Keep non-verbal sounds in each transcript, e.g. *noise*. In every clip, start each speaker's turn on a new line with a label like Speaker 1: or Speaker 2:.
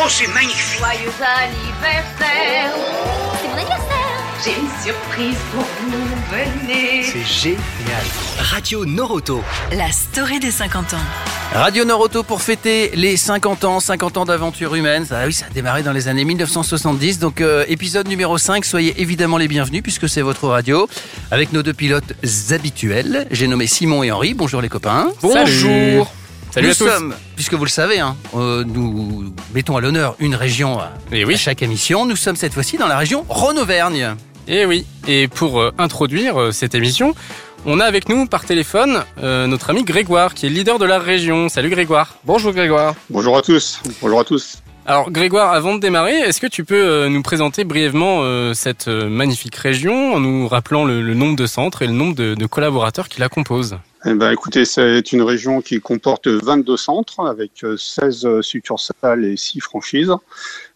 Speaker 1: Oh, c'est magnifique.
Speaker 2: Joyeux anniversaire.
Speaker 3: C'est mon anniversaire.
Speaker 2: J'ai une surprise pour vous. Venez.
Speaker 4: C'est génial.
Speaker 5: Radio Noroto.
Speaker 6: La story des 50 ans.
Speaker 7: Radio Noroto pour fêter les 50 ans, 50 ans d'aventure humaine. Ça, ah oui, ça a démarré dans les années 1970. Donc, euh, épisode numéro 5, soyez évidemment les bienvenus puisque c'est votre radio. Avec nos deux pilotes habituels, j'ai nommé Simon et Henri. Bonjour les copains.
Speaker 4: Bonjour. Salut
Speaker 7: nous
Speaker 4: à tous.
Speaker 7: sommes, puisque vous le savez, hein, euh, nous mettons à l'honneur une région à,
Speaker 4: Eh oui.
Speaker 7: à chaque émission. Nous sommes cette fois-ci dans la région Rhône-Auvergne.
Speaker 4: Et Eh oui, et pour euh, introduire euh, cette émission, on a avec nous par téléphone euh, notre ami Grégoire, qui est leader de la région. Salut Grégoire. Bonjour Grégoire.
Speaker 8: Bonjour à tous. Bonjour à tous.
Speaker 4: Alors Grégoire, avant de démarrer, est-ce que tu peux euh, nous présenter brièvement euh, cette euh, magnifique région en nous rappelant le, le nombre de centres et le nombre de, de collaborateurs qui la composent
Speaker 8: Eh ben, écoutez, c'est une région qui comporte 22 centres avec euh, 16 succursales et 6 franchises.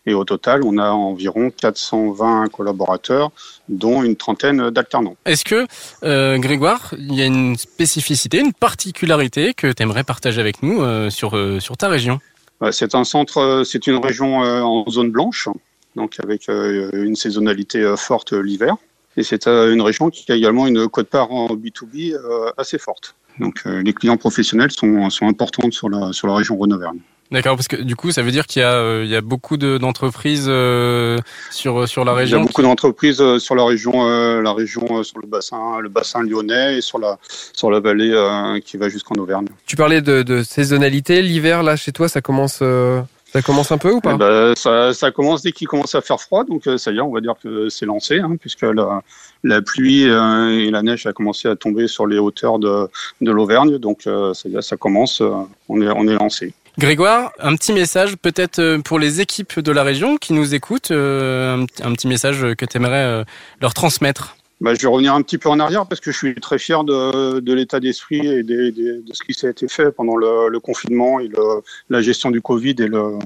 Speaker 8: Et au total, on a environ 420 collaborateurs, dont une trentaine d'alternants.
Speaker 4: Est-ce que euh, Grégoire, il y a une spécificité, une particularité que tu aimerais partager avec nous euh, sur, euh, sur ta région
Speaker 8: Euh, C'est un centre, euh, c'est une région euh, en zone blanche, donc avec euh, une saisonnalité euh, forte euh, l'hiver. Et c'est euh, une région qui a également une quote-part en B2B euh, assez forte. Donc euh, les clients professionnels sont, sont importants sur la, sur la région Rhône-Auvergne.
Speaker 4: D'accord, parce que du coup, ça veut dire qu'il y a, euh, il y a beaucoup de- d'entreprises euh, sur, sur la
Speaker 8: Il y a
Speaker 4: région.
Speaker 8: beaucoup d'entreprises euh, sur la région, euh, la région euh, sur le bassin, le bassin lyonnais et sur la sur la vallée euh, qui va jusqu'en Auvergne.
Speaker 9: Tu parlais de, de saisonnalité. L'hiver, là, chez toi, ça commence, euh, ça commence un peu ou pas
Speaker 8: Eh ben, ça, ça commence dès qu'il commence à faire froid, donc euh, ça y est, on va dire que c'est lancé, hein, puisque la, la pluie euh, et la neige a commencé à tomber sur les hauteurs de, de l'Auvergne, donc euh, ça y est, ça commence, euh, on est on est lancé.
Speaker 4: Grégoire, un petit message peut-être euh, pour les équipes de la région qui nous écoutent, euh, un, petit- un petit message que tu aimerais leur transmettre.
Speaker 8: Bah, je vais revenir un petit peu en arrière parce que je suis très fier de, de l'état d'esprit et des- des- de ce qui s'est été fait pendant le, le confinement et le- la gestion du Covid et le.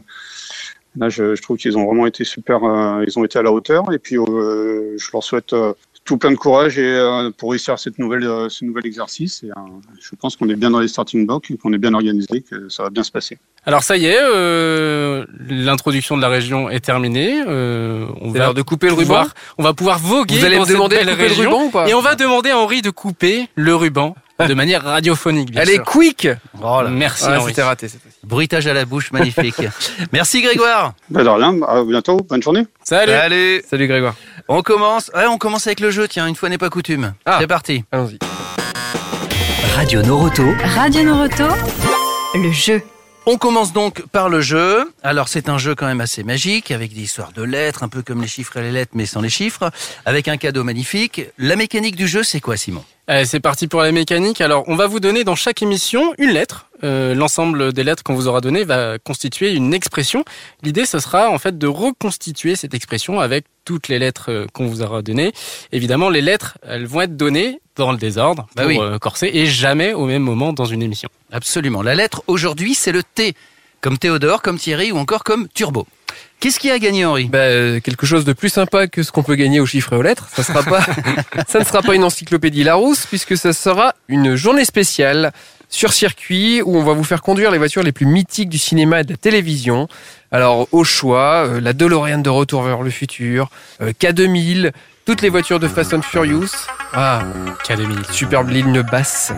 Speaker 8: Là, je, je trouve qu'ils ont vraiment été super. euh, ils ont été à la hauteur et puis euh, je leur souhaite euh, tout plein de courage et euh, pour réussir cette nouvelle, euh, ce nouvel exercice. Et, euh, je pense qu'on est bien dans les starting blocks, et qu'on est bien organisé, que ça va bien se passer.
Speaker 4: Alors ça y est, euh, l'introduction de la région est terminée. euh, on
Speaker 9: C'est
Speaker 4: va
Speaker 9: l'heure de couper le
Speaker 4: pouvoir,
Speaker 9: ruban.
Speaker 4: on va pouvoir voguer
Speaker 9: Vous allez
Speaker 4: dans
Speaker 9: me
Speaker 4: cette
Speaker 9: demander de
Speaker 4: belle
Speaker 9: couper le
Speaker 4: région.
Speaker 9: ruban ou pas
Speaker 4: Et on va demander à Henri de couper le ruban
Speaker 9: *laughs*
Speaker 4: de manière radiophonique. Bien
Speaker 9: Elle est
Speaker 4: sûr.
Speaker 9: quick
Speaker 4: Merci
Speaker 9: Ah,
Speaker 4: Henri.
Speaker 9: C'était raté. cette fois-ci.
Speaker 7: Bruitage à la bouche,
Speaker 9: *laughs*
Speaker 7: magnifique. Merci Grégoire.
Speaker 8: Bah, de rien, à bientôt, bonne journée.
Speaker 4: Salut.
Speaker 7: Salut.
Speaker 9: Salut Grégoire.
Speaker 7: On commence. Ouais, on commence avec le jeu, tiens, une fois n'est pas coutume.
Speaker 9: Ah.
Speaker 7: C'est parti.
Speaker 9: Allons-y.
Speaker 5: Radio Noroto.
Speaker 6: Radio Noroto, le jeu.
Speaker 7: On commence donc par le jeu. Alors c'est un jeu quand même assez magique, avec des histoires de lettres, un peu comme les chiffres et les lettres, mais sans les chiffres, avec un cadeau magnifique. La mécanique du jeu, c'est quoi Simon
Speaker 4: Allez, c'est parti pour la mécanique. Alors, on va vous donner dans chaque émission une lettre. Euh, L'ensemble des lettres qu'on vous aura données va constituer une expression. L'idée, ce sera en fait de reconstituer cette expression avec toutes les lettres euh, qu'on vous aura données. Évidemment, les lettres, elles vont être données dans le désordre
Speaker 7: Bah
Speaker 4: pour
Speaker 7: oui.
Speaker 4: euh, corser et jamais au même moment dans une émission.
Speaker 7: Absolument. La lettre aujourd'hui, c'est le T, comme Théodore, comme Thierry ou encore comme Turbo. Qu'est-ce qui a gagné Henri
Speaker 9: Bah, euh, quelque chose de plus sympa que ce qu'on peut gagner aux chiffres et aux lettres. Ça, sera pas, ça ne sera pas une encyclopédie Larousse, puisque ça sera une journée spéciale sur circuit où on va vous faire conduire les voitures les plus mythiques du cinéma et de la télévision. Alors, au choix, euh, la DeLorean de Retour vers le futur, euh, K2000, toutes les voitures de Fast and Furious. Ah,
Speaker 4: Académie.
Speaker 9: superbe ligne basse.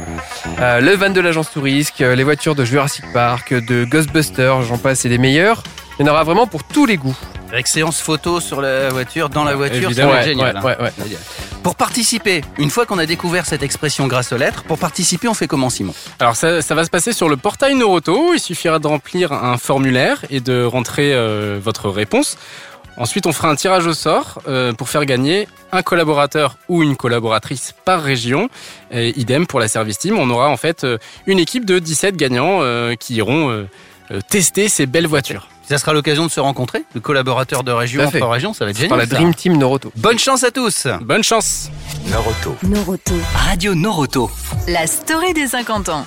Speaker 9: Euh, le van de l'agence Tourisque, euh, les voitures de Jurassic Park, de Ghostbusters, j'en passe et des meilleurs. Il y en aura vraiment pour tous les goûts.
Speaker 7: Avec séance photo sur la voiture, dans la voiture, ça
Speaker 4: Évidemment,
Speaker 7: va être
Speaker 4: ouais,
Speaker 7: génial. hein.
Speaker 9: ouais, ouais.
Speaker 7: Pour participer, une fois qu'on a découvert cette expression grâce aux lettres, pour participer, on fait comment Simon
Speaker 4: Alors ça, ça va se passer sur le portail Noroto. Il suffira de remplir un formulaire et de rentrer euh, votre réponse. Ensuite, on fera un tirage au sort euh, pour faire gagner un collaborateur ou une collaboratrice par région. Et idem pour la service team. On aura en fait euh, une équipe de 17 gagnants euh, qui iront euh, euh, tester ces belles voitures.
Speaker 7: Ça sera l'occasion de se rencontrer, le collaborateur de région
Speaker 9: Tout à fait.
Speaker 7: entre région, ça va être
Speaker 9: Par
Speaker 7: génial.
Speaker 9: la
Speaker 7: ça.
Speaker 9: Dream Team Noroto.
Speaker 7: Bonne chance à tous
Speaker 4: Bonne chance
Speaker 5: Noroto.
Speaker 3: Noroto.
Speaker 5: Radio Noroto.
Speaker 6: La story des 50 ans.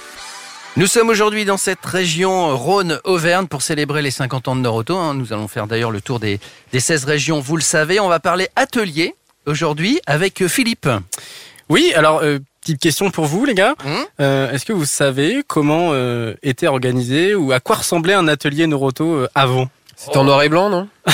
Speaker 7: Nous sommes aujourd'hui dans cette région Rhône-Auvergne pour célébrer les 50 ans de Noroto. hein. Nous allons faire d'ailleurs le tour des, des 16 régions, vous le savez. On va parler atelier aujourd'hui avec Philippe.
Speaker 4: Oui, alors euh, petite question pour vous les gars.
Speaker 7: Hmm
Speaker 4: Euh, Est-ce que vous savez comment euh, était organisé ou à quoi ressemblait un atelier Noroto euh, avant
Speaker 9: C'était en noir et blanc, non
Speaker 7: *laughs*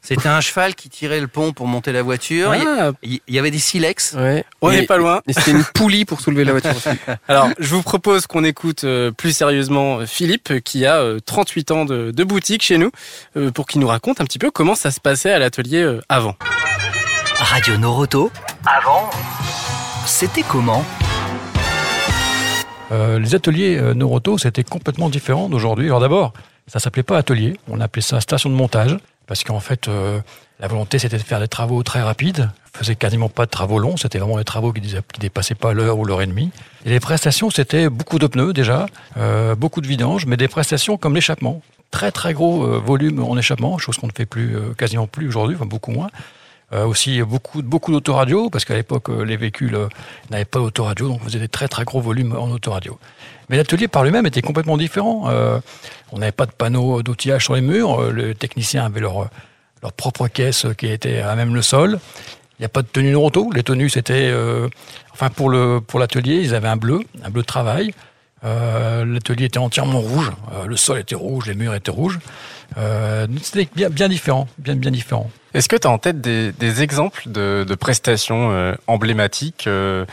Speaker 7: C'était un cheval qui tirait le pont pour monter la voiture. Il-
Speaker 4: Ah,
Speaker 7: Il il y avait des silex.
Speaker 9: Ouais.
Speaker 4: on
Speaker 9: Et-
Speaker 4: n'est pas loin.
Speaker 9: Et c'était une poulie pour soulever la voiture. aussi.
Speaker 4: *laughs* Alors, je vous propose qu'on écoute euh, plus sérieusement euh, Philippe, euh, qui a euh, 38 ans de, de boutique chez nous, euh, pour qu'il nous raconte un petit peu comment ça se passait à l'atelier euh, avant.
Speaker 5: Radio Noroto. Avant, c'était comment
Speaker 1: Euh, les ateliers euh, Noroto, c'était complètement différent d'aujourd'hui. Alors d'abord, ça s'appelait pas atelier, on appelait ça station de montage, parce qu'en fait, euh, la volonté, c'était de faire des travaux très rapides. On faisait quasiment pas de travaux longs, c'était vraiment des travaux qui, dé- qui dépassaient pas l'heure ou l'heure et demie. Et les prestations, c'était beaucoup de pneus déjà, euh, beaucoup de vidanges, mais des prestations comme l'échappement. Très très gros euh, volume en échappement, chose qu'on ne fait plus euh, quasiment plus aujourd'hui, enfin beaucoup moins. Euh, aussi euh, beaucoup, beaucoup d'autoradios, parce qu'à l'époque, euh, les véhicules euh, n'avaient pas d'autoradio, donc on faisait des très très gros volumes en autoradio. Mais l'atelier par lui-même était complètement différent. Euh, on n'avait pas de panneaux d'outillage sur les murs, euh, les techniciens avaient leur, euh, leur propre caisse euh, qui était à même le sol. Il n'y a pas de tenue auto. Les tenues, c'était. euh, enfin, pour le pour l'atelier, ils avaient un bleu, un bleu de travail. Euh, L'atelier était entièrement rouge. Euh, le sol était rouge, les murs étaient rouges. Euh, c'était bien, bien différent, bien, bien différent.
Speaker 4: Est-ce que tu as en tête des, des exemples de, de prestations euh, emblématiques euh,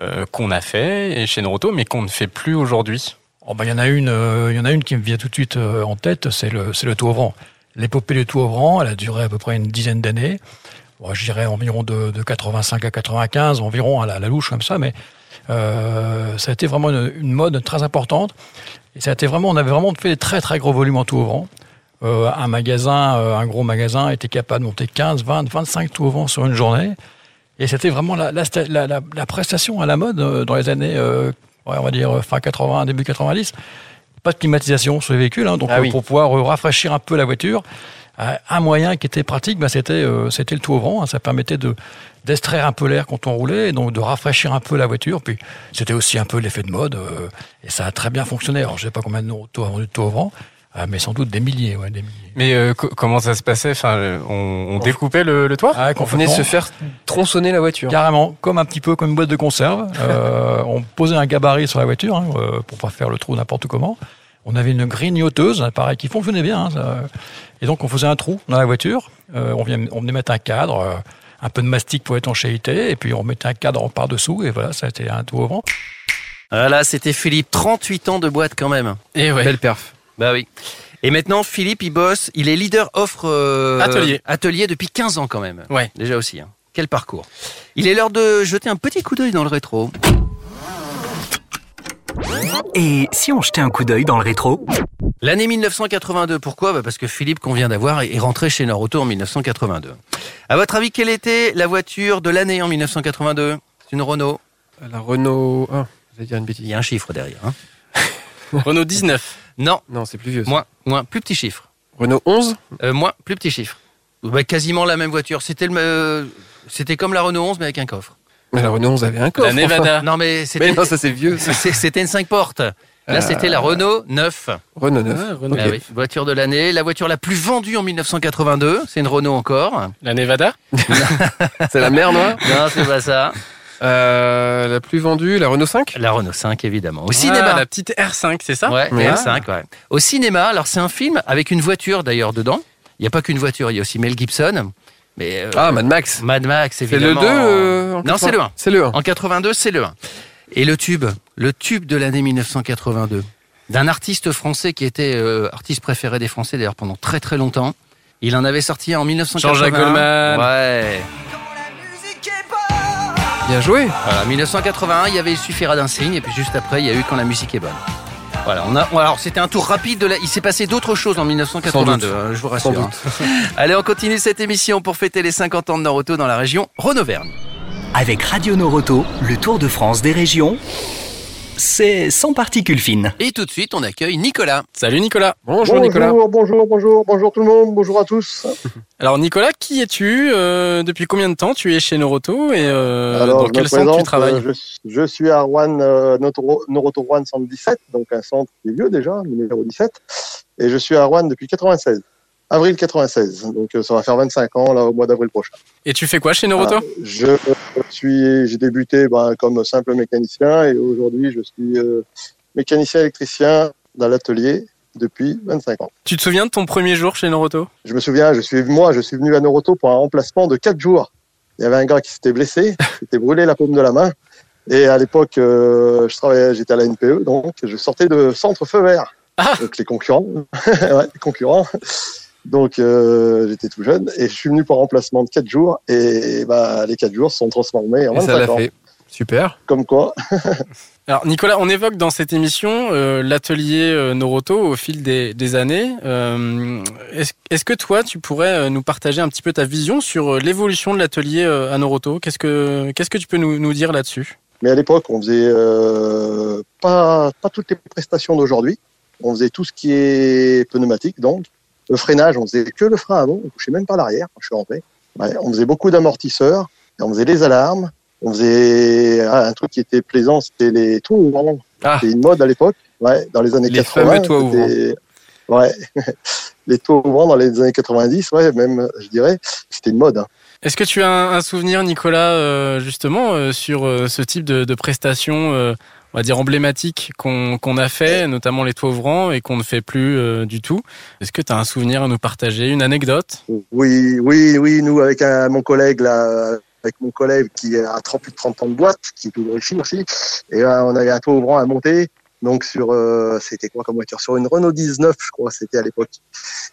Speaker 4: euh, qu'on a fait et chez Noroto, mais qu'on ne fait plus aujourd'hui
Speaker 1: Oh ben, il y en a une, euh, il y en a une qui me vient tout de suite euh, en tête, c'est le, c'est le Touvran. L'épopée du Touvran, elle a duré à peu près une dizaine d'années. Bon, je dirais environ de, de 85 à 95, environ à la, à la louche comme ça, mais euh, ça a été vraiment une, une mode très importante. Et ça a été vraiment, on avait vraiment fait des très très gros volumes en Touvran. Euh, un magasin, euh, un gros magasin, était capable de monter 15, 20, 25 Touvran sur une journée. Et c'était vraiment la, la sta- la- la- la prestation à la mode euh, dans les années, euh, ouais, on va dire, euh, fin 80, début 90. Pas de climatisation sur les véhicules, hein, donc
Speaker 9: Ah
Speaker 1: euh,
Speaker 9: oui.
Speaker 1: pour pouvoir euh, rafraîchir un peu la voiture. Euh, Un moyen qui était pratique, ben, c'était euh, c'était le tout au vent. hein. ça permettait de d'extraire un peu l'air quand on roulait, et donc de rafraîchir un peu la voiture. Puis c'était aussi un peu l'effet de mode, euh, et ça a très bien fonctionné. Alors je sais pas combien de autos a vendu de tout au vent, euh, mais sans doute des milliers, ouais, des milliers.
Speaker 4: Mais euh, co- comment ça se passait enfin, euh, on, on découpait le, le toit
Speaker 1: Ah,
Speaker 9: On venait se faire tronçonner la voiture.
Speaker 1: Carrément, comme un petit peu comme une boîte de conserve. *laughs* Euh, on posait un gabarit sur la voiture hein, euh, pour pas faire le trou n'importe comment. On avait une grignoteuse, un appareil qui fonctionnait bien. hein, ça. Et donc on faisait un trou dans la voiture. Euh, on, vient, on venait mettre un cadre, euh, un peu de mastic pour étanchéité, et puis on mettait un cadre par dessous. Et voilà, ça a été un tout au vent.
Speaker 7: Voilà, c'était Philippe. 38 ans de boîte quand même.
Speaker 4: Et ouais.
Speaker 9: Belle perf.
Speaker 7: Bah oui. Et maintenant, Philippe, il bosse. Il est leader offre euh,
Speaker 4: Atelier.
Speaker 7: atelier depuis 15 ans quand même.
Speaker 4: Ouais.
Speaker 7: Déjà aussi. hein. Quel parcours. Il est l'heure de jeter un petit coup d'œil dans le rétro.
Speaker 5: Et si on jetait un coup d'œil dans le rétro
Speaker 7: L'année 1982, pourquoi Bah Parce que Philippe qu'on vient d'avoir est est rentré chez Naruto en 1982. À votre avis, quelle était la voiture de l'année en 1982 C'est une Renault.
Speaker 9: La Renault 1. J'allais dire une
Speaker 7: Il
Speaker 9: bêtise.
Speaker 7: y a un chiffre derrière. hein.
Speaker 4: Renault 19.
Speaker 7: non,
Speaker 9: Non, c'est plus vieux. ça.
Speaker 7: moins, moins, plus petit chiffre.
Speaker 9: Renault 11
Speaker 7: Euh, moins, plus petit chiffre. Bah, quasiment la même voiture. C'était le, euh, c'était comme la Renault 11 mais avec un coffre.
Speaker 9: Mais la Renault 11 avait un coffre.
Speaker 4: La Nevada.
Speaker 7: Non mais c'était,
Speaker 9: Mais non, ça c'est vieux.
Speaker 7: *laughs*
Speaker 9: ça. Ah.
Speaker 7: c'est- c'était une 5 portes. Là, c'était la Renault 9.
Speaker 9: Renault 9.
Speaker 4: Ah, Renault.
Speaker 7: Ah oui, voiture de l'année, la voiture la plus vendue en 1982, c'est une Renault encore. *laughs*
Speaker 4: La Nevada
Speaker 9: C'est la mer noire.
Speaker 7: Non, c'est pas ça.
Speaker 9: Euh, la plus vendue, la Renault 5
Speaker 7: La Renault 5, évidemment. Au
Speaker 4: Ah,
Speaker 7: cinéma.
Speaker 4: La petite R5, c'est ça
Speaker 7: Ouais,
Speaker 9: Ouais.
Speaker 7: la R5, ouais. Au cinéma, alors c'est un film avec une voiture d'ailleurs dedans. Il n'y a pas qu'une voiture, il y a aussi Mel Gibson. Mais euh,
Speaker 9: Ah, Mad Max.
Speaker 7: Mad Max,
Speaker 9: C'est le
Speaker 7: évidemment.
Speaker 9: 2 euh, en
Speaker 7: Non,
Speaker 9: 80.
Speaker 7: c'est le 1.
Speaker 9: C'est le 1.
Speaker 7: En 82, c'est le 1. Et le tube, le tube de l'année 1982, d'un artiste français qui était euh, artiste préféré des Français d'ailleurs pendant très très longtemps. Il en avait sorti un en 1981.
Speaker 4: Jean-Jacques Goldman.
Speaker 7: Ouais.
Speaker 9: Bien joué.
Speaker 7: Voilà, 1981, il y avait Il suffira d'un signe, et puis juste après, il y a eu Quand la musique est bonne. Voilà, on a, alors c'était un tour rapide de la, il s'est passé d'autres choses en 1982,
Speaker 9: Sans doute.
Speaker 7: hein, je vous
Speaker 9: Sans
Speaker 7: rassure.
Speaker 9: doute.
Speaker 7: hein. Allez, on continue cette émission pour fêter les 50 ans de Naruto dans la région Rhône-Auvergne.
Speaker 5: Avec Radio Noroto, le Tour de France des régions, c'est sans particules fines.
Speaker 7: Et tout de suite, on accueille Nicolas.
Speaker 4: Salut Nicolas. Euh,
Speaker 9: Bonjour, Nicolas.
Speaker 8: bonjour, bonjour, bonjour, bonjour tout le monde, bonjour à tous.
Speaker 4: Alors Nicolas, qui es-tu euh, Depuis combien de temps tu es chez Noroto et euh, dans
Speaker 10: Alors, je me
Speaker 4: quel centre tu
Speaker 10: présente,
Speaker 4: travailles
Speaker 10: euh, je, je suis à Rouen, euh, Notoro- Noroto Rouen 117, donc un centre qui est vieux déjà, numéro 17. Et je suis à Rouen depuis 96, avril 96. Donc, euh, ça va faire 25 ans là, au mois d'avril prochain.
Speaker 4: Et tu fais quoi chez Noroto
Speaker 10: Voilà. Je euh, suis, j'ai débuté ben, comme simple mécanicien et aujourd'hui, je suis euh, mécanicien électricien dans l'atelier depuis 25 ans.
Speaker 4: Tu te souviens de ton premier jour chez Noroto
Speaker 10: Je me souviens, je suis, moi, je suis venu à Noroto pour un remplacement de 4 jours. Il y avait un gars qui s'était blessé, qui s'était brûlé la paume de la main. Et à l'époque, euh, je travaillais, j'étais à la NPE, donc je sortais de centre feu vert.
Speaker 4: Ah
Speaker 10: Donc les concurrents, *laughs* ouais, les concurrents. Donc euh, j'étais tout jeune et je suis venu pour un remplacement de 4 jours. Et bah, les 4 jours se sont transformés en
Speaker 9: Et ça
Speaker 10: 25
Speaker 9: l'a
Speaker 10: ans.
Speaker 9: fait. Super.
Speaker 10: Comme quoi,
Speaker 4: Alors Nicolas, on évoque dans cette émission euh, l'atelier euh, Noroto au fil des, des années. Euh, Est-ce est-ce que toi, tu pourrais euh, nous partager un petit peu ta vision sur euh, l'évolution de l'atelier euh, à Noroto Qu'est-ce que qu'est-ce que tu peux nous, nous dire là-dessus
Speaker 10: Mais à l'époque, on faisait euh, pas, pas toutes les prestations d'aujourd'hui. On faisait tout ce qui est pneumatique, donc le freinage, on faisait que le frein avant, on touchait même pas l'arrière quand je suis rentré. Ouais, on faisait beaucoup d'amortisseurs, et on faisait les alarmes, on faisait ah, un truc qui était plaisant, c'était les toits ouvrants.
Speaker 9: Ah.
Speaker 10: C'était une mode à l'époque, ouais, dans les années
Speaker 9: Les
Speaker 10: 80.
Speaker 9: fameux toits
Speaker 10: c'était- Ouais, *laughs* les toits ouvrants dans les années 90, ouais, même, je dirais, c'était une mode. hein.
Speaker 4: Est-ce que tu as un, un souvenir, Nicolas, euh, justement, euh, sur euh, ce type de, de prestations, euh, on va dire emblématiques, qu'on qu'on a fait, notamment les toits ouvrants, et qu'on ne fait plus euh, du tout Est-ce que tu as un souvenir à nous partager, une anecdote
Speaker 10: Oui, oui, oui, nous, avec un- mon collègue, là, avec mon collègue qui a 30, plus de 30 ans de boîte, qui est toujours ici aussi, et euh, on avait un taux ouvrant à monter. Donc, sur, euh, c'était quoi comme voiture Sur une Renault 19, je crois, c'était à l'époque.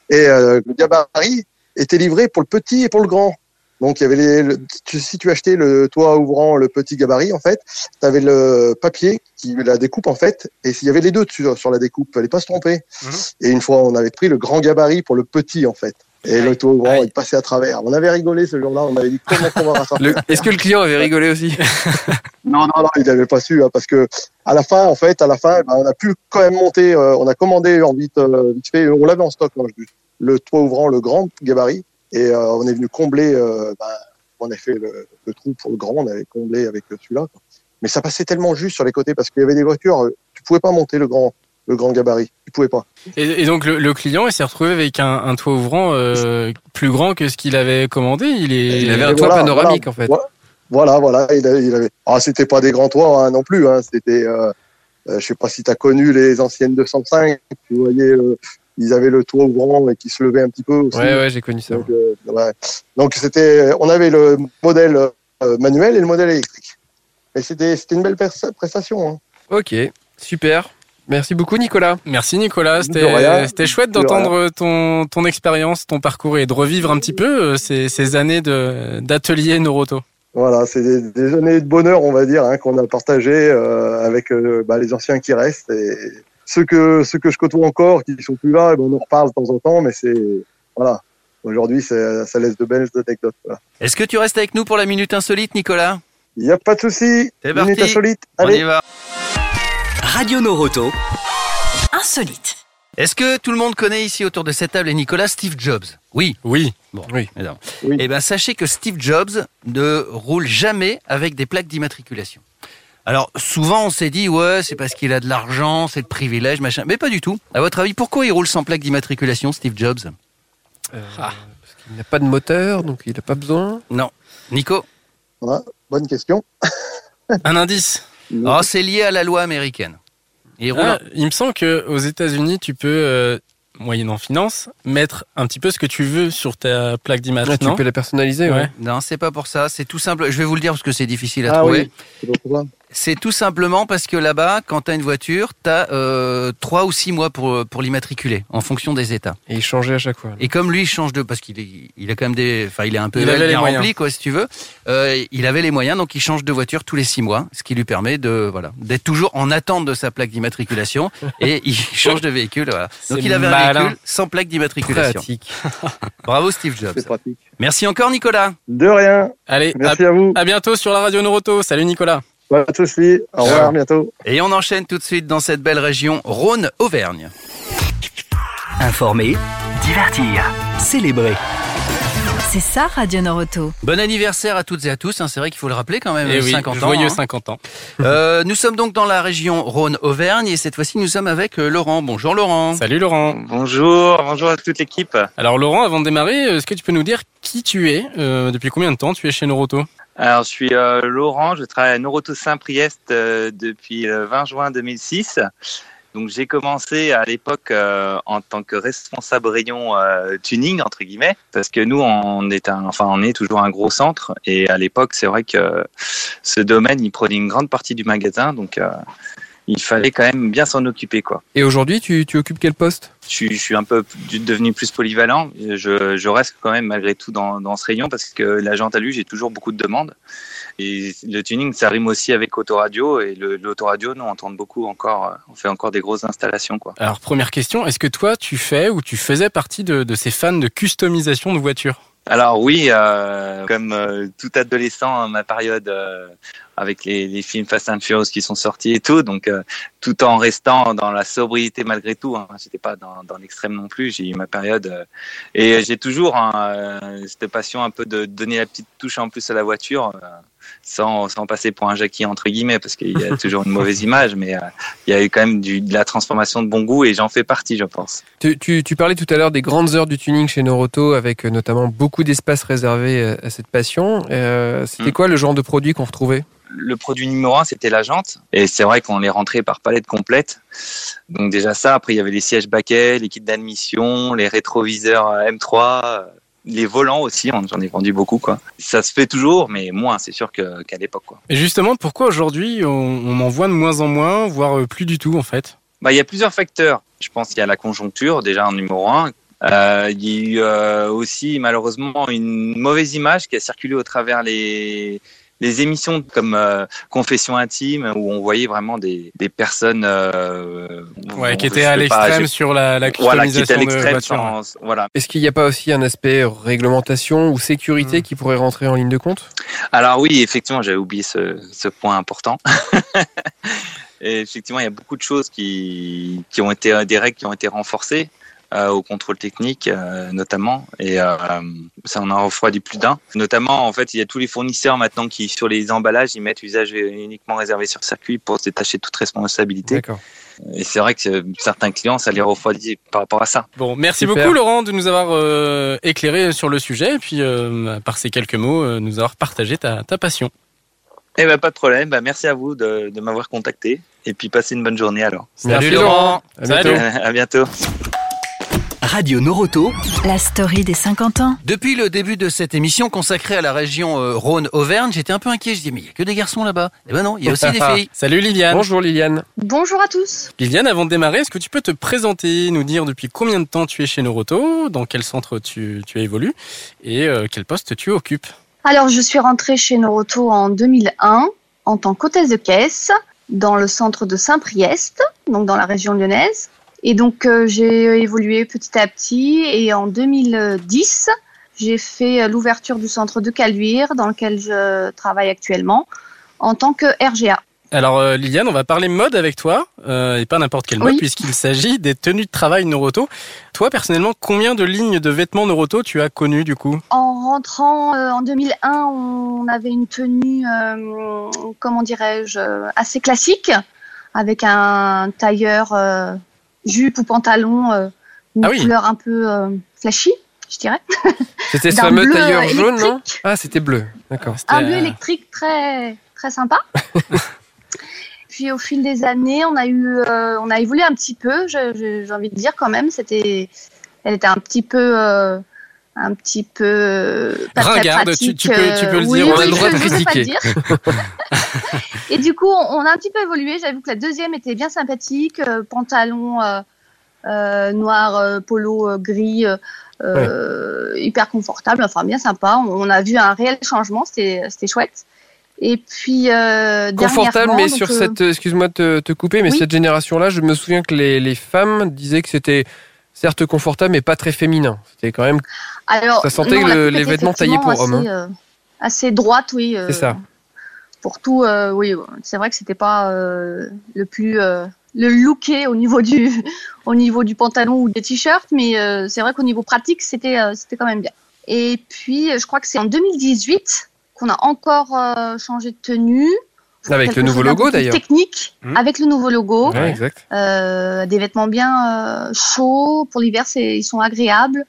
Speaker 10: Et euh, le gabarit était livré pour le petit et pour le grand. Donc, il y avait les, le- tu- si tu achetais le toit ouvrant, le petit gabarit, en fait, tu avais le papier qui la découpe, en fait, et s'il y avait les deux sur, sur la découpe, fallait pas se tromper.
Speaker 4: Mhm.
Speaker 10: Et une fois, on avait pris le grand gabarit pour le petit, en fait. Et le toit ouvrant
Speaker 4: Aïe.
Speaker 10: est passé à travers. On avait rigolé ce jour-là, on avait dit comment on va rattraper.
Speaker 9: Le- Est-ce que le client avait rigolé
Speaker 7: *laughs*
Speaker 9: aussi
Speaker 10: Non, non, non, il n'avait pas su, hein, parce que à la fin, en fait, à la fin, ben, on a pu quand même monter, euh, on a commandé en vite, euh, vite fait, on l'avait en stock, non, je- le toit ouvrant, le grand gabarit, et euh, on est venu combler, euh, ben, on a fait le, le trou pour le grand, on avait comblé avec euh, celui-là. quoi. Mais ça passait tellement juste sur les côtés, parce qu'il y avait des voitures, euh, tu pouvais pas monter le grand, le grand gabarit, tu pouvais pas.
Speaker 4: Et, et donc le, le client, il s'est retrouvé avec un, un toit ouvrant euh, plus grand que ce qu'il avait commandé. Il est,
Speaker 9: Il avait
Speaker 10: Et
Speaker 9: un toit
Speaker 10: voilà,
Speaker 9: panoramique en fait.
Speaker 10: Voilà, voilà, voilà, il a- il avait. Ah, c'était pas des grands toits hein, non plus. Hein, c'était, euh, euh, je sais pas si tu as connu les anciennes 205. Tu voyais, euh, ils avaient le toit ouvrant et qui se levait un petit peu aussi.
Speaker 9: Ouais, ouais, j'ai connu ça.
Speaker 10: Donc, euh, ouais. Donc, c'était, on avait le modèle euh, manuel et le modèle électrique. Mais c'était, c'était une belle pers- prestation. hein.
Speaker 9: Ok, super. Merci beaucoup, Nicolas.
Speaker 4: Merci Nicolas,
Speaker 10: De
Speaker 4: c'était
Speaker 10: rien.
Speaker 4: c'était chouette
Speaker 10: De rien.
Speaker 4: d'entendre ton, ton expérience, ton parcours et de revivre un petit peu euh, ces, ces années de- d'atelier Noroto.
Speaker 10: Voilà, c'est des, des années de bonheur, on va dire, hein, qu'on a partagé euh, avec euh, bah, les anciens qui restent et ceux que ceux que je côtoie encore, qui sont plus là, eh ben, on en reparle de temps en temps, mais c'est voilà. Aujourd'hui, c'est- ça laisse de belles anecdotes. voilà.
Speaker 7: Est-ce que tu restes avec nous pour la minute insolite, Nicolas
Speaker 10: Il n'y a pas de souci.
Speaker 7: C'est
Speaker 10: Minute
Speaker 7: parti.
Speaker 10: insolite.
Speaker 7: On
Speaker 10: Allez.
Speaker 7: y va.
Speaker 5: Radio Noroto,
Speaker 6: Insolite.
Speaker 7: Est-ce que tout le monde connaît ici autour de cette table et Nicolas Steve Jobs Oui.
Speaker 4: Oui.
Speaker 7: Bon,
Speaker 9: Oui.
Speaker 7: évidemment.
Speaker 10: Oui.
Speaker 7: Eh bien, sachez que Steve Jobs ne roule jamais avec des plaques d'immatriculation. Alors, souvent, on s'est dit, ouais, c'est parce qu'il a de l'argent, c'est le privilège, machin. Mais pas du tout. À votre avis, pourquoi il roule sans plaque d'immatriculation, Steve Jobs
Speaker 9: Parce qu'il n'a pas de moteur, donc il n'a pas besoin.
Speaker 7: Nico
Speaker 10: Voilà, bonne question.
Speaker 4: Un indice.
Speaker 7: Ah, c'est lié à la loi américaine. Il roule.
Speaker 4: Ah, il me semble que aux États-Unis, tu peux euh, moyennant finance mettre un petit peu ce que tu veux sur ta plaque d'image.
Speaker 9: Ah, tu
Speaker 4: non
Speaker 9: peux la personnaliser, ouais.
Speaker 4: Ouais.
Speaker 7: Non, c'est pas pour ça. C'est tout simple. Je vais vous le dire parce que c'est difficile à
Speaker 10: Ah
Speaker 7: trouver.
Speaker 10: oui. c'est pour ça.
Speaker 7: C'est tout simplement parce que là-bas, quand tu as une voiture, tu as trois ou six mois pour, pour l'immatriculer, en fonction des États.
Speaker 9: Et changer à chaque fois.
Speaker 7: Et comme lui, il change de... Parce qu'il est, il a quand même des... Enfin, il est un peu
Speaker 4: Il avait les
Speaker 7: bien
Speaker 4: moyens.
Speaker 7: rempli, quoi, si tu veux. Euh, il avait les moyens, donc il change de voiture tous les six mois, ce qui lui permet de voilà d'être toujours en attente de sa plaque
Speaker 4: *laughs*
Speaker 7: d'immatriculation. et il change de véhicule, voilà. Donc
Speaker 4: C'est
Speaker 7: il avait un
Speaker 4: malin.
Speaker 7: véhicule sans plaque d'immatriculation.
Speaker 9: Pratique.
Speaker 7: *laughs* Bravo Steve Jobs.
Speaker 10: C'est pratique.
Speaker 7: Merci encore, Nicolas.
Speaker 10: De rien.
Speaker 4: Allez, à,
Speaker 10: Merci à vous.
Speaker 4: à bientôt sur la radio Noroto. Salut Nicolas.
Speaker 10: Pas de souci. Au revoir. à Bientôt.
Speaker 7: Et on enchaîne tout de suite dans cette belle région Rhône-Auvergne.
Speaker 5: informer, divertir, célébrer.
Speaker 6: C'est ça Radio Noroto.
Speaker 7: Bon anniversaire à toutes et à tous. hein. C'est vrai qu'il faut le rappeler quand même.
Speaker 4: Eh oui,
Speaker 7: 50 ans.
Speaker 4: joyeux
Speaker 7: hein.
Speaker 4: 50 ans.
Speaker 7: Euh, nous sommes donc dans la région Rhône-Auvergne et cette fois-ci nous sommes avec euh, Laurent. Bonjour Laurent.
Speaker 4: Salut Laurent.
Speaker 11: Bonjour, bonjour à toute l'équipe.
Speaker 4: Alors Laurent, avant de démarrer, euh, est-ce que tu peux nous dire qui tu es, euh, depuis combien de temps tu es chez Noroto
Speaker 11: Alors, je suis euh, euh, Laurent, je travaille à Noroto Saint-Priest euh, depuis le 20 juin 2006 Donc j'ai commencé à l'époque euh, en tant que responsable rayon euh, tuning entre guillemets parce que nous on est un, enfin on est toujours un gros centre et à l'époque c'est vrai que ce domaine il prenait une grande partie du magasin donc euh, il fallait quand même bien s'en occuper quoi.
Speaker 9: Et aujourd'hui, tu, tu occupes quel poste
Speaker 11: Je, suis- je suis un peu p- devenu plus polyvalent. Je, je reste quand même malgré tout dans, dans ce rayon parce que la jante à lui, j'ai toujours beaucoup de demandes. Et le tuning, ça rime aussi avec autoradio. Et le- l'autoradio, nous, on tourne beaucoup encore. euh, On fait encore des grosses installations. quoi.
Speaker 4: Alors, première question, est-ce que toi, tu fais ou tu faisais partie de, de ces fans de customisation de voitures
Speaker 11: Alors oui, euh, comme euh, tout adolescent, hein, ma période euh, avec les, les films Fast and Furious qui sont sortis et tout, donc euh, tout en restant dans la sobriété malgré tout. Hein, J'étais pas dans, dans l'extrême non plus. J'ai eu ma période euh, et j'ai toujours hein, euh, cette passion un peu de donner la petite touche en plus à la voiture. euh, sans, sans passer pour un Jackie entre guillemets parce qu'il y a toujours une mauvaise image mais euh, il y a eu quand même du, de la transformation de bon goût et j'en fais partie je pense
Speaker 9: Tu, tu- tu parlais tout à l'heure des grandes heures du tuning chez Noroto, avec euh, notamment beaucoup d'espace réservé euh, à cette passion. Euh, C'était
Speaker 4: Mm.
Speaker 9: quoi le genre de produit qu'on retrouvait
Speaker 11: le produit numéro un, c'était la jante. Et c'est vrai qu'on les rentrait par palette complète. Donc déjà ça, après il y avait les sièges baquets, les kits d'admission, les rétroviseurs euh, M3, euh, les volants aussi, on- j'en ai vendu beaucoup. quoi. Ça se fait toujours, mais moins, c'est sûr que- qu'à l'époque. quoi.
Speaker 4: Et justement, pourquoi aujourd'hui, on, on en voit de moins en moins, voire euh, plus du tout, en fait
Speaker 11: Bah, il y a plusieurs facteurs. Je pense qu'il y a la conjoncture, déjà en numéro un. Euh, il y a eu euh, aussi malheureusement une mauvaise image qui a circulé au travers les les émissions comme euh, Confession intime où on voyait vraiment des, des personnes euh,
Speaker 4: Ouais,
Speaker 11: bon,
Speaker 4: qui
Speaker 11: je
Speaker 4: était à
Speaker 11: sais pas,
Speaker 4: l'extrême
Speaker 11: je-
Speaker 4: sur la, la
Speaker 11: Ah, voilà, qui
Speaker 4: customisation
Speaker 11: était à
Speaker 4: de
Speaker 11: l'extrême
Speaker 4: voitures.
Speaker 11: sans- euh, voilà
Speaker 9: Est-ce qu'il n'y a pas aussi un aspect réglementation ou
Speaker 4: Hmm.
Speaker 9: sécurité qui pourrait rentrer en ligne de compte
Speaker 11: Alors oui, effectivement, j'avais oublié ce, ce point important. *laughs* Et effectivement, il y a beaucoup de choses qui, qui ont été des règles qui ont été renforcées euh, au contrôle technique, euh, notamment, et euh, ça en a refroidi plus d'un. Notamment, en fait, il y a tous les fournisseurs maintenant qui, sur les emballages, ils mettent usage uniquement réservé sur circuit pour se détacher de toute responsabilité.
Speaker 9: D'accord.
Speaker 11: Et c'est vrai que euh, certains clients, ça les refroidit par rapport à ça.
Speaker 4: Bon, merci
Speaker 11: Super.
Speaker 4: beaucoup Laurent de nous avoir euh, éclairé sur le sujet et puis euh, par ces quelques mots, euh, nous avoir partagé ta, ta passion.
Speaker 11: Eh ben, pas de problème. Ben, merci à vous de, de m'avoir contacté. Et puis, passez une bonne journée alors.
Speaker 4: Salut, Merci, Laurent. Laurent. À
Speaker 11: Salut.
Speaker 4: bientôt.
Speaker 11: *laughs* À bientôt.
Speaker 7: Radio Noroto.
Speaker 6: La story des 50 ans.
Speaker 7: Depuis le début de cette émission consacrée à la région euh, Rhône-Auvergne, j'étais un peu inquiet. Je dis, mais il n'y a que des garçons là-bas. Eh ben non, il y a aussi
Speaker 4: *laughs*
Speaker 7: des filles.
Speaker 4: Ah, Salut Liliane.
Speaker 9: Bonjour Liliane.
Speaker 4: Bonjour à tous. Liliane, avant de démarrer, est-ce que tu peux te présenter, nous dire depuis combien de temps tu es chez Noroto, dans quel centre tu, tu évolues et euh, quel poste tu occupes
Speaker 12: Alors, je suis rentrée chez Noroto en 2001 en tant qu'hôtesse de caisse dans le centre de Saint-Priest, donc dans la région lyonnaise. Et donc, euh, j'ai évolué petit à petit et en 2010, j'ai fait euh, l'ouverture du centre de Caluire dans lequel je travaille actuellement en tant que RGA.
Speaker 4: Alors euh, Liliane, on va parler mode avec toi, euh, et pas n'importe quelle mode,
Speaker 12: Oui.
Speaker 4: puisqu'il s'agit des tenues de travail Noroto. Toi, personnellement, combien de lignes de vêtements Noroto tu as connues du coup
Speaker 12: En rentrant euh, en 2001, on avait une tenue, euh, comment dirais-je, euh, assez classique, avec un tailleur euh, jupe ou pantalon, euh, une
Speaker 9: Ah oui.
Speaker 12: couleur un peu euh, flashy, je dirais.
Speaker 9: C'était ce
Speaker 12: D'un
Speaker 9: fameux
Speaker 12: bleu
Speaker 9: tailleur jaune, non
Speaker 12: électrique.
Speaker 9: Ah, c'était bleu. D'accord.
Speaker 12: Un
Speaker 4: euh,
Speaker 12: bleu électrique très, très
Speaker 4: *laughs*
Speaker 12: sympa. Puis au fil des années, on a eu, euh, on a évolué un petit peu. je- je- J'ai envie de dire quand même, c'était, elle était un petit peu. euh, un petit peu euh, pas très
Speaker 4: Ringarde, tu-
Speaker 12: pratique, euh,
Speaker 4: tu peux- tu peux le
Speaker 12: oui,
Speaker 4: dire, on a
Speaker 12: oui,
Speaker 4: le
Speaker 12: je-
Speaker 4: droit de
Speaker 12: je sais pas le
Speaker 4: critiquer.
Speaker 12: dire. Et du coup, on on a un petit peu évolué. J'avoue que la deuxième était bien sympathique. euh, pantalon euh, euh, noir, euh, polo euh, gris, euh, euh, hyper confortable, enfin bien sympa. On, on a vu un réel changement, c'était c'était chouette. Et puis, euh,
Speaker 9: Confortable,
Speaker 12: dernièrement,
Speaker 9: mais
Speaker 12: donc,
Speaker 9: sur
Speaker 12: euh,
Speaker 9: cette, excuse-moi de te, te couper, mais
Speaker 12: Oui.
Speaker 9: cette génération-là, je me souviens que les, les femmes disaient que c'était certes confortable, mais pas très féminin. C'était quand même
Speaker 12: alors,
Speaker 9: ça sentait
Speaker 12: non, la
Speaker 9: le-
Speaker 12: coupe
Speaker 9: les
Speaker 12: était
Speaker 9: vêtements taillés pour
Speaker 12: effectivement
Speaker 9: hommes, hein.
Speaker 12: Assez, euh, assez droite, oui. euh,
Speaker 9: c'est ça.
Speaker 12: Pour tout, euh, oui, c'est vrai que c'était pas euh, le plus euh, le looké au niveau du *laughs* au niveau du pantalon ou des t-shirts, mais euh, c'est vrai qu'au niveau pratique, c'était euh, c'était quand même bien. Et puis, euh, je crois que c'est en 2018 qu'on a encore euh, changé de tenue. pour
Speaker 9: Avec
Speaker 12: quelque
Speaker 9: le nouveau
Speaker 12: chose d'un
Speaker 9: logo,
Speaker 12: peu plus
Speaker 9: d'ailleurs.
Speaker 12: Technique,
Speaker 9: Mhm.
Speaker 12: avec le nouveau logo.
Speaker 9: Ouais, exact.
Speaker 12: Euh, des vêtements bien euh, chauds pour l'hiver, c'est- ils sont agréables.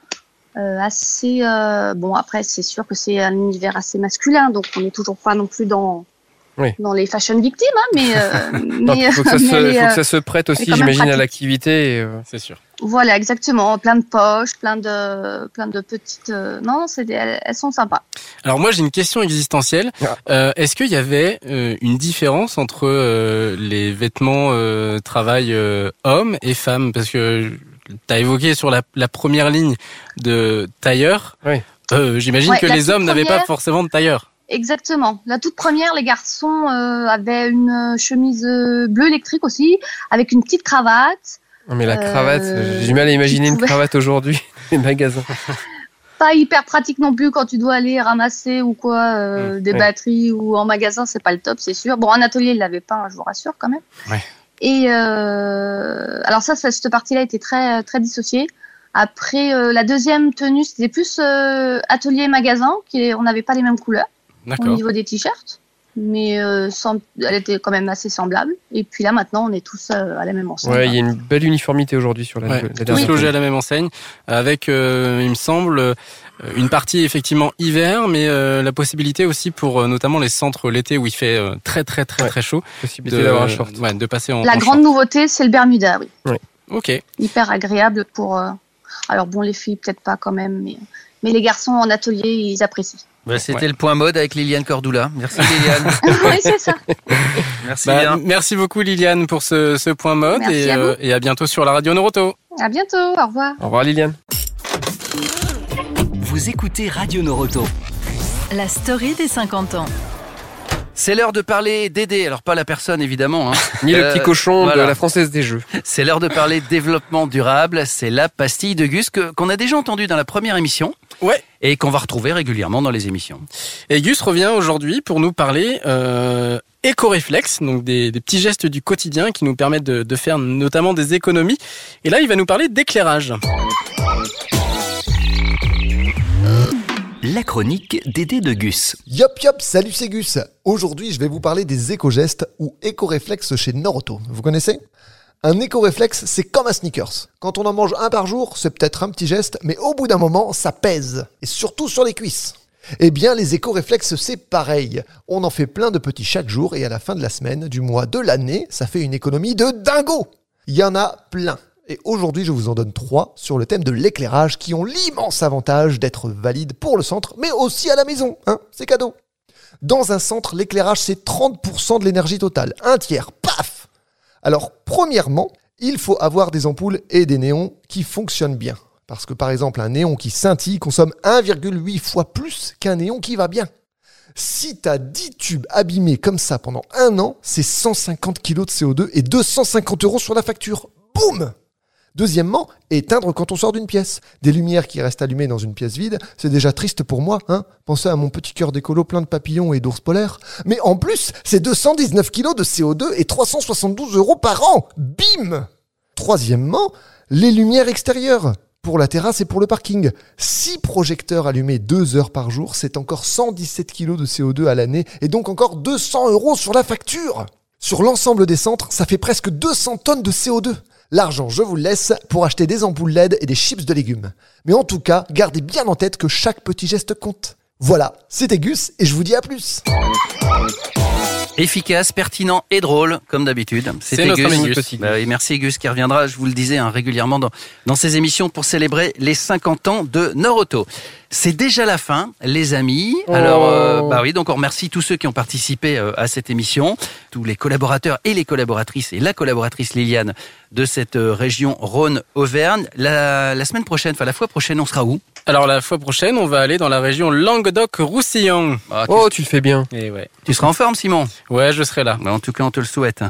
Speaker 12: Euh, assez euh, bon après c'est sûr que c'est un univers assez masculin donc on n'est toujours pas non plus dans
Speaker 9: Oui.
Speaker 12: dans les fashion victimes, hein, mais,
Speaker 9: *laughs*
Speaker 12: euh,
Speaker 9: Non,
Speaker 12: mais, *laughs*
Speaker 9: faut, que ça
Speaker 12: mais
Speaker 9: se,
Speaker 12: elle est,
Speaker 9: faut que
Speaker 12: euh,
Speaker 9: ça se prête
Speaker 12: elle est
Speaker 9: aussi,
Speaker 12: quand même
Speaker 9: j'imagine, à
Speaker 12: pratique.
Speaker 9: l'activité. euh.
Speaker 4: C'est sûr.
Speaker 12: Voilà, exactement. Plein de poches, plein de, plein de petites. euh, non, c'est des- elles, elles sont sympas.
Speaker 4: Alors moi j'ai une question existentielle.
Speaker 9: Ah.
Speaker 4: Euh, Est-ce qu'il y avait euh, une différence entre euh, les vêtements euh, travail euh, hommes et femmes Parce que tu as évoqué sur la, la première ligne de tailleur. Euh, J'imagine
Speaker 12: Ouais,
Speaker 4: que
Speaker 12: la
Speaker 4: les
Speaker 12: toute
Speaker 4: hommes n'avaient pas
Speaker 12: première.
Speaker 4: forcément de tailleur.
Speaker 12: Exactement. La toute première, les garçons euh, avaient une chemise euh, bleue électrique aussi, avec une petite cravate.
Speaker 9: Non, mais la
Speaker 12: Euh,
Speaker 9: cravate, j'ai du mal à imaginer une
Speaker 12: pouvais-
Speaker 9: cravate aujourd'hui, *laughs* les magasins.
Speaker 12: Pas hyper pratique non plus quand tu dois aller ramasser ou quoi euh, des
Speaker 9: Mmh, ouais.
Speaker 12: batteries ou en magasin, c'est pas le top, c'est sûr. Bon, en atelier, ils l'avaient pas, hein, je vous rassure quand même.
Speaker 4: Ouais.
Speaker 12: Et euh, alors ça, ça- cette partie-là était très très dissociée. Après, euh, la deuxième tenue, c'était plus euh, atelier et magasin, qui, on n'avait pas les mêmes couleurs au
Speaker 4: D'accord.
Speaker 12: niveau des t-shirts, mais euh, sem- elle était quand même assez semblable. Et puis là, maintenant, on est tous euh, à la même enceinte.
Speaker 9: Ouais, il y a une belle uniformité aujourd'hui sur la,
Speaker 4: Ouais,
Speaker 9: la
Speaker 4: tous
Speaker 9: dernière.
Speaker 4: logés à la même enseigne, avec, euh, il me semble, euh, une partie effectivement hiver, mais euh, la possibilité aussi pour euh, notamment les centres l'été où il fait euh, très très très très chaud,
Speaker 9: possibilité d'avoir un short.
Speaker 4: ouais, de passer en,
Speaker 12: la
Speaker 4: en
Speaker 12: grande nouveauté, c'est le Bermuda, oui.
Speaker 4: short. Ok.
Speaker 12: Hyper agréable pour. euh, Alors bon, les filles peut-être pas quand même, mais mais les garçons en atelier, ils apprécient.
Speaker 7: Bah, C'était le point mode avec Liliane Cordoula. Merci Liliane.
Speaker 12: oui, c'est ça.
Speaker 7: Merci
Speaker 4: Bah,
Speaker 7: bien.
Speaker 4: merci beaucoup Liliane pour ce, ce point mode
Speaker 12: Merci
Speaker 4: et, euh,
Speaker 12: à vous.
Speaker 4: et à bientôt sur la radio Noroto.
Speaker 12: À bientôt. Au revoir.
Speaker 9: Au revoir Liliane.
Speaker 5: Vous écoutez Radio Noroto.
Speaker 6: La story des 50 ans.
Speaker 7: C'est l'heure de parler d'aider. Alors pas la personne évidemment. hein.
Speaker 9: *laughs* Ni le
Speaker 7: Euh,
Speaker 9: petit cochon
Speaker 7: voilà.
Speaker 9: de la Française des Jeux.
Speaker 7: C'est l'heure de parler développement durable. C'est la pastille de Gus que- qu'on a déjà entendue dans la première émission
Speaker 4: Ouais.
Speaker 7: et qu'on va retrouver régulièrement dans les émissions.
Speaker 4: Et Gus revient aujourd'hui pour nous parler euh, éco-réflexe, donc des, des petits gestes du quotidien qui nous permettent de, de faire notamment des économies. Et là, il va nous parler d'éclairage.
Speaker 5: La chronique d'Édé de Gus.
Speaker 13: Yop yop, salut c'est Gus Aujourd'hui je vais vous parler des éco-gestes ou éco-réflexes chez Noroto. Vous connaissez Un éco-réflexe c'est comme un sneakers. Quand on en mange un par jour, c'est peut-être un petit geste, mais au bout d'un moment ça pèse. Et surtout sur les cuisses. Eh bien les éco-réflexes c'est pareil. On en fait plein de petits chaque jour et à la fin de la semaine, du mois, de l'année, ça fait une économie de dingo Il y en a plein et aujourd'hui, je vous en donne trois sur le thème de l'éclairage qui ont l'immense avantage d'être valides pour le centre, mais aussi à la maison. Hein, c'est cadeau. Dans un centre, l'éclairage, c'est 30% de l'énergie totale. Un tiers. Paf Alors, premièrement, il faut avoir des ampoules et des néons qui fonctionnent bien. Parce que, par exemple, un néon qui scintille consomme 1,8 fois plus qu'un néon qui va bien. Si t'as 10 tubes abîmés comme ça pendant un an, c'est 150 kilos de CO2 et 250 euros sur la facture. Boum Deuxièmement, éteindre quand on sort d'une pièce. Des lumières qui restent allumées dans une pièce vide, c'est déjà triste pour moi, hein Pensez à mon petit cœur d'écolo plein de papillons et d'ours polaires. Mais en plus, c'est 219 kilos de CO2 et 372 euros par an Bim Troisièmement, les lumières extérieures. Pour la terrasse et pour le parking. 6 projecteurs allumés 2 heures par jour, c'est encore 117 kilos de CO2 à l'année et donc encore 200 euros sur la facture. Sur l'ensemble des centres, ça fait presque 200 tonnes de CO2. L'argent, je vous le laisse pour acheter des ampoules LED et des chips de légumes. Mais en tout cas, gardez bien en tête que chaque petit geste compte. Voilà, c'était Gus et je vous dis à plus.
Speaker 7: Efficace, pertinent et drôle, comme d'habitude.
Speaker 9: C'est
Speaker 7: C'était
Speaker 9: notre
Speaker 7: Gus.
Speaker 9: ami
Speaker 7: Gus.
Speaker 9: Petit.
Speaker 7: Bah oui, merci Gus qui reviendra, je vous le disais hein, régulièrement dans, dans ces émissions pour célébrer les 50 ans de Noroto. C'est déjà la fin, les amis.
Speaker 9: Oh.
Speaker 7: Alors, euh, bah oui, donc on remercie tous ceux qui ont participé euh, à cette émission, tous les collaborateurs et les collaboratrices et la collaboratrice Liliane de cette euh, région Rhône-Auvergne. La, la semaine prochaine, enfin la fois prochaine, on sera où
Speaker 4: Alors la fois prochaine, on va aller dans la région Languedoc-Roussillon.
Speaker 7: Ah,
Speaker 9: Oh, tu le fais bien.
Speaker 4: Et ouais.
Speaker 7: Eh Tu seras en forme, Simon Bah,
Speaker 4: Ouais, je serai là.
Speaker 7: en tout cas, on te le souhaite.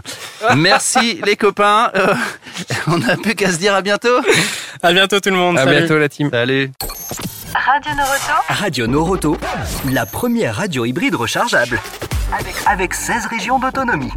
Speaker 7: Merci les copains. Euh, *laughs* on n'a plus qu'à se dire à bientôt.
Speaker 4: À bientôt tout le monde.
Speaker 9: À
Speaker 4: Salut.
Speaker 9: bientôt la team.
Speaker 7: Salut.
Speaker 2: Radio Noroto
Speaker 5: Radio Noroto, la première radio hybride rechargeable. Avec, avec 16 régions d'autonomie.